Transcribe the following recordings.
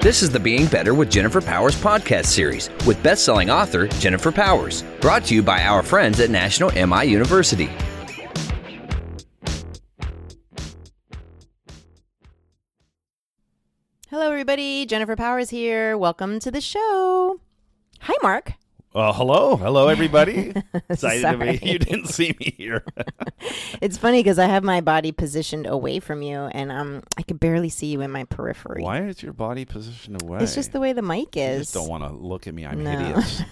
This is the Being Better with Jennifer Powers podcast series with best-selling author Jennifer Powers, brought to you by our friends at National MI University. Hello, everybody. Jennifer Powers here. Welcome to the show. Hi, Mark. Uh, hello, hello, everybody. Excited to Sorry. be. You didn't see me here. It's funny because I have my body positioned away from you, and um, I could barely see you in my periphery. Why is your body positioned away? It's just the way the mic You is. just don't want to look at me. I'm No. hideous.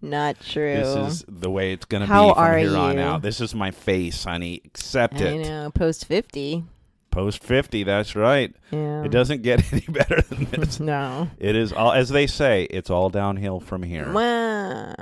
Not true. This is the way it's gonna How be from are here on you? out. This is my face, honey. Accept I it. know. Post fifty. Post fifty. That's right. Yeah. It doesn't get any better than this. No. It is all, as they say. It's all downhill from here. Wow.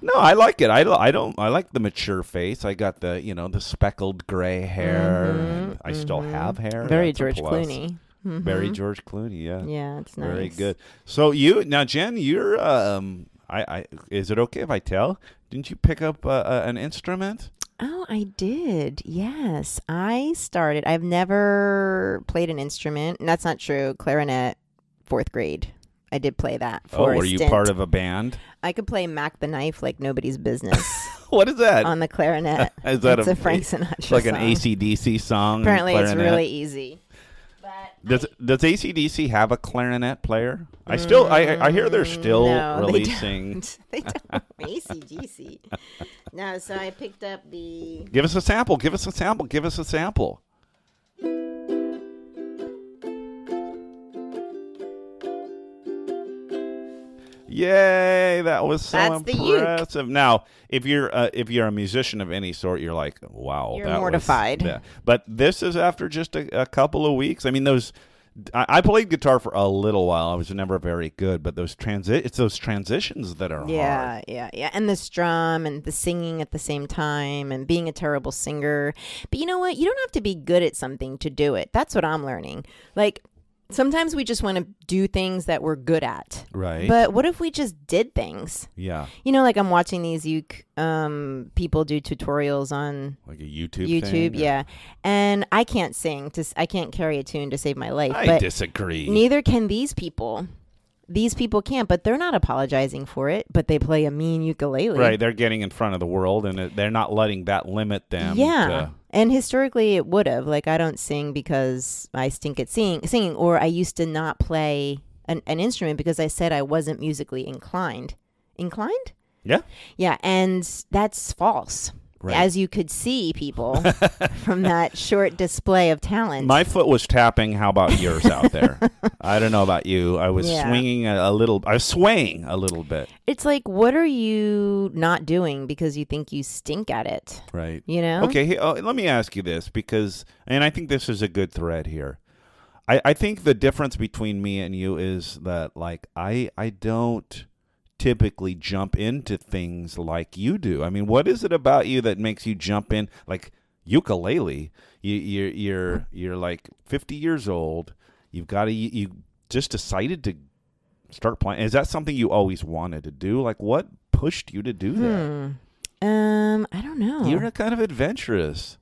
No, I like it. I, li- I don't. I like the mature face. I got the you know the speckled gray hair. and I still have hair. Mm-hmm. Very That's a George plus. Clooney. Mhm. Very George Clooney. Yeah. Yeah, it's nice. Very good. So you now, Jen, you're um, I, I is it okay if I tell? Didn't you pick up uh, uh, an instrument? Oh, I did. Yes. I started. I've never played an instrument. And that's not true. Clarinet, fourth grade. I did play that. For oh, a were you stint. part of a band? I could play Mac the Knife like nobody's business What is that? on the clarinet. Is that it's a- a, Frank Sinatra it's like an song. ACDC song. and Apparently, it's clarinet. really easy. Does Does ACDC have a clarinet player? I still I I hear they're still no, they releasing. don't. They don't. ACDC. No, so I picked up the. Give us a sample. Give us a sample. Give us a sample. Yay! That was so That's the uke. impressive. Now, if you're uh, if you're a musician of any sort, you're like, wow, You're that was- mortified. that- But this is after just a, a couple of weeks. I mean, those. I, I played guitar for a little while. I was never very good, but those transit it's those transitions that are hard. Yeah, yeah, yeah. And the strum and the singing at the same time and being a terrible singer. But you know what? You don't have to be good at something to do it. That's what I'm learning. Like, sometimes we just want to do things that we're good at. Right. But what if we just did things? yeah, You know, like I'm watching these uke um, people do tutorials on like a YouTube YouTube, thing or- yeah, and I can't sing. To s- I can't carry a tune to save my life. I but disagree. neither can these people. These people can't, but they're not apologizing for it. But they play a mean ukulele, Right, they're getting in front of the world, and it- they're not letting that limit them. yeah. to- and historically, it would have. Like, I don't sing because I stink at singing, singing or I used to not play an, an instrument because I said I wasn't musically inclined. Inclined? yeah, Yeah, and that's false. Right. As you could see, people from that short display of talent. my foot was tapping. How about yours out there? I don't know about you. I was Yeah. swinging a, a little. I was swaying a little bit. it's like, what are you not doing because you think you stink at it? Right. You know? Okay. He, oh, let me ask you this because, and I think this is a good thread here. I, I think the difference between me and you is that, like, I I don't typically jump into things like you do. I mean, what is it about you that makes you jump in like ukulele? You you're you're you're like 50 years old. You've got to you, you just decided to start playing. Is that something you always wanted to do? Like, what pushed you to do that? Um, I don't know. You're kind of adventurous.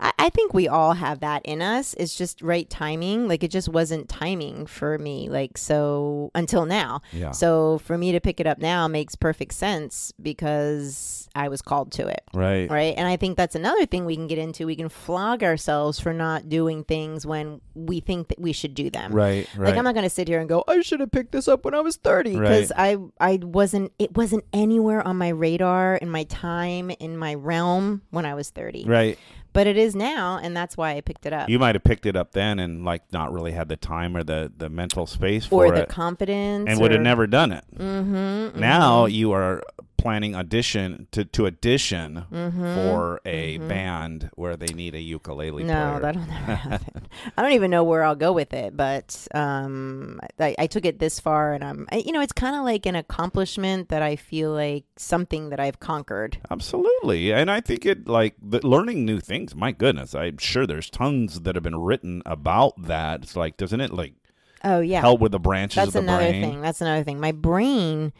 I, I think we all have that in us. It's just right timing. Like it just wasn't timing for me. Like so until now. Yeah. So for me to pick it up now makes perfect sense because I was called to it. Right. Right. And I think that's another thing we can get into. We can flog ourselves for not doing things when we think that we should do them. Right, right. Like I'm not going to sit here and go, I should have picked this up when I was 30 because I I wasn't it wasn't anywhere on my radar in my time in my realm when I was 30. right. But it is now and that's why I picked it up. You might have picked it up then and like not really had the time or the the mental space for or the it, confidence and would have or- never done it. Mm-hmm, Now you are planning audition to to audition Mm-hmm, for a band where they need a ukulele No, player. that'll never happen. I don't even know where I'll go with it, but um, I, I took it this far, and I'm, I, you know, it's kind of like an accomplishment that I feel like something that I've conquered. Absolutely, and I think it like the, learning new things. My goodness, I'm sure there's tons that have been written about that. It's like doesn't it like Oh yeah, help with the branches that's of the another brain? thing. That's another thing. My brain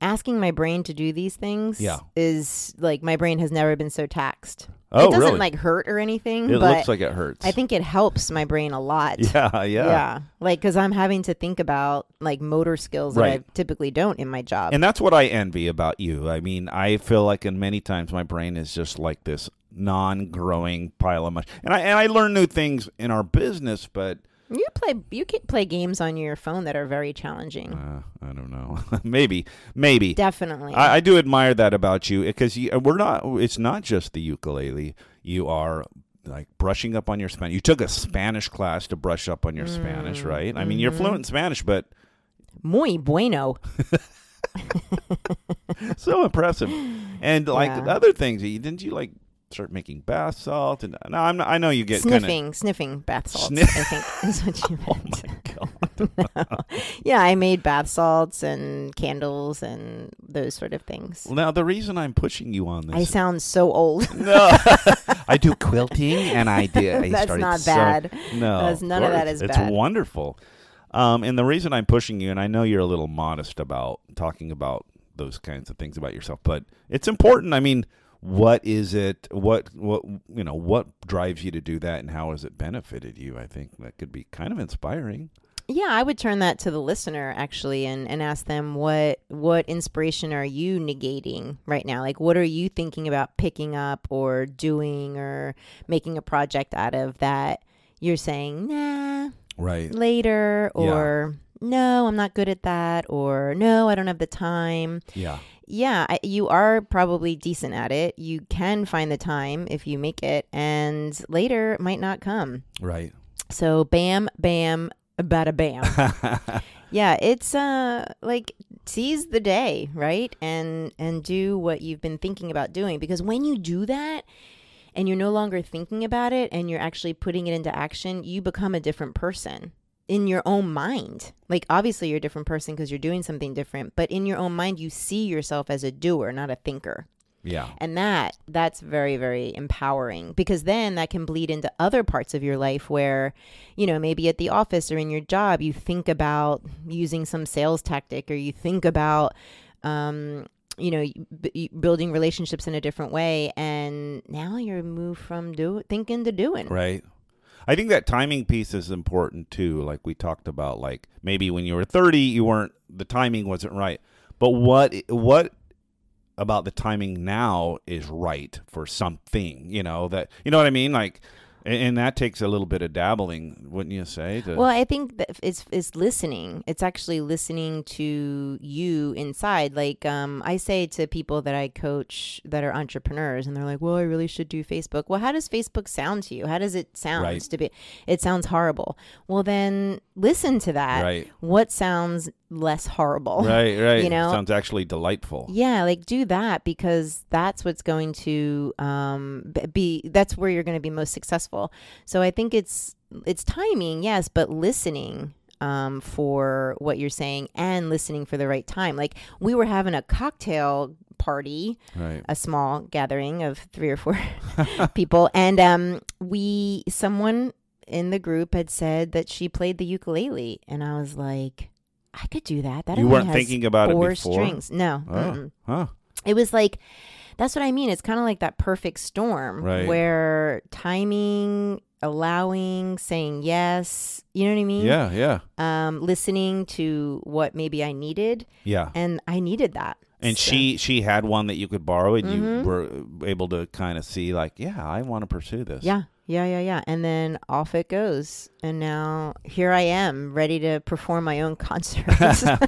asking my brain to do these things Yeah. is like my brain has never been so taxed. Oh, it doesn't really? like hurt or anything, It but looks like it hurts. I think it helps my brain a lot. Yeah, yeah. Yeah. Like, because I'm having to think about like motor skills that I Right. typically don't in my job. And that's what I envy about you. I mean, I feel like in many times my brain is just like this non-growing pile of mush. And I and I learn new things in our business, but you play you can play games on your phone that are very challenging. uh, I don't know. maybe, maybe. Definitely. I, I do admire that about you because we're not. It's not just the ukulele. You are like brushing up on your Spanish. You took a Spanish class to brush up on your Spanish, right? I mean, you're fluent in Spanish, but Muy bueno. so impressive. And like Yeah. the other things, you didn't you like start making bath salt? And no, I'm not, I know you get kinda- sniffing, sniffing bath salts. Sniff- Oh I think is what you meant. God. yeah, I made bath salts and candles and those sort of things. Now the reason I'm pushing you on I this, sound so old. no, I do quilting and I do. I That's started not sew- bad. No, That's- of none of that course. is it's bad. wonderful. Um, and the reason I'm pushing you, and I know you're a little modest about talking about those kinds of things about yourself, but it's important. I mean, what is it? What what you know? What drives you to do that, and how has it benefited you? I think that could be kind of inspiring. Yeah, I would turn that to the listener actually and, and ask them what what inspiration are you negating right now? Like what are you thinking about picking up or doing or making a project out of that you're saying, nah, Right. later Yeah. or no, I'm not good at that or no, I don't have the time. Yeah. Yeah, I, you are probably decent at it. You can find the time if you make it and later might not come. Right. So bam bam bada bam. Yeah, it's uh like seize the day, right? And and do what you've been thinking about doing because when you do that and you're no longer thinking about it and you're actually putting it into action, you become a different person in your own mind. Like obviously you're a different person because you're doing something different, but in your own mind you see yourself as a doer, not a thinker. yeah. And that that's very very empowering because then that can bleed into other parts of your life where, you know, maybe at the office or in your job you think about using some sales tactic or you think about um you know b- building relationships in a different way and now you're moved from do thinking to doing. Right. I think that timing piece is important too. Like we talked about, like maybe when you were thirty, you weren't the timing wasn't right. But what what about the timing now is right for something? You know that you know what I mean. Like, and, and that takes a little bit of dabbling, wouldn't you say? to- Well, I think that it's it's listening. It's actually listening to you inside. Like um, I say to people that I coach that are entrepreneurs, and they're like, "Well, I really should do Facebook." Well, how does Facebook sound to you? How does it sound Right. to be? It sounds horrible. Well, then listen to that. Right. What sounds less horrible? right, right. you know- sounds actually delightful. Yeah, like do that because that's what's going to um, b- be. That's where you're going to be most successful. So I think it's it's timing, yes, but listening um, for what you're saying and listening for the right time. Like we were having a cocktail party Right. a small gathering of three or four people, and um, we someone in the group had said that she played the ukulele, and I was like, I could do that. That You only weren't has thinking about it four before? strings. No, Oh, mm-mm. huh. it was like. That's what I mean. It's kind of like that perfect storm Right. where timing, allowing, saying yes, you know what I mean? Yeah, yeah, Um, listening to what maybe I needed, yeah. and I needed that. And So- Mm-hmm. she she had one that you could borrow, and you were able to kind of see, like, yeah, I want to pursue this. Yeah, yeah, yeah, yeah. And then off it goes. And now here I am, ready to perform my own concert.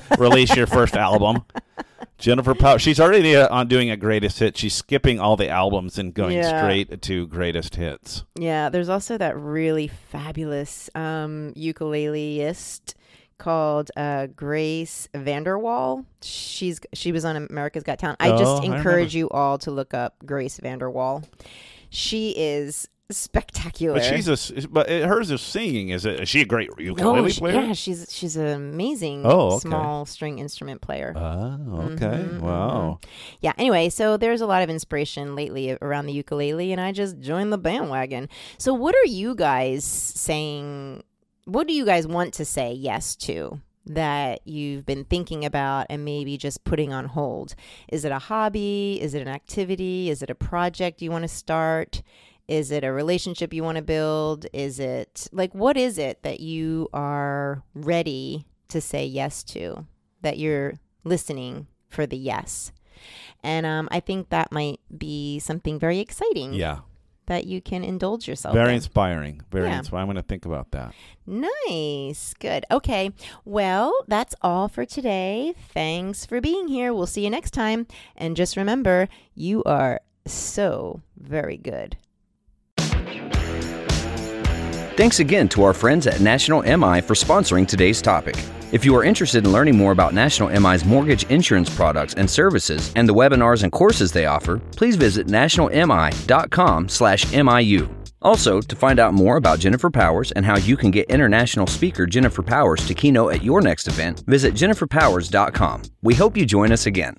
release your first album. Jennifer Powell, she's already uh, on doing a greatest hit. She's skipping all the albums and going Yeah. straight to greatest hits. yeah, there's also that really fabulous um, ukuleleist called uh, Grace Vanderwall. She's she was on America's Got Talent. I Oh, just I encourage you all to look up Grace Vanderwall. She is spectacular. But she's a, s- but it, hers is singing. Is it? Is she a great Oh, ukulele she- player? yeah, she's she's an amazing Oh, okay. small string instrument player. Oh, okay. Mm-hmm. wow. Yeah, anyway, so there's a lot of inspiration lately around the ukulele, and I just joined the bandwagon. So, what are you guys saying? What do you guys want to say yes to? that you've been thinking about and maybe just putting on hold? Is it a hobby? Is it an activity? Is it a project you want to start? Is it a relationship you want to build? Is it like what is it that you are ready to say yes to? That you're listening for the yes. And um, I think that might be something very exciting Yeah. that you can indulge yourself Very in. inspiring. Very Yeah. inspiring. I'm going to think about that. Nice. Good. Okay. Well, that's all for today. Thanks for being here. We'll see you next time. And just remember, you are so very good. Thanks again to our friends at National MI for sponsoring today's topic. If you are interested in learning more about National MI's mortgage insurance products and services and the webinars and courses they offer, please visit nationalmi.com/miu. Also, to find out more about Jennifer Powers and how you can get international speaker Jennifer Powers to keynote at your next event, visit jenniferpowers.com. We hope you join us again.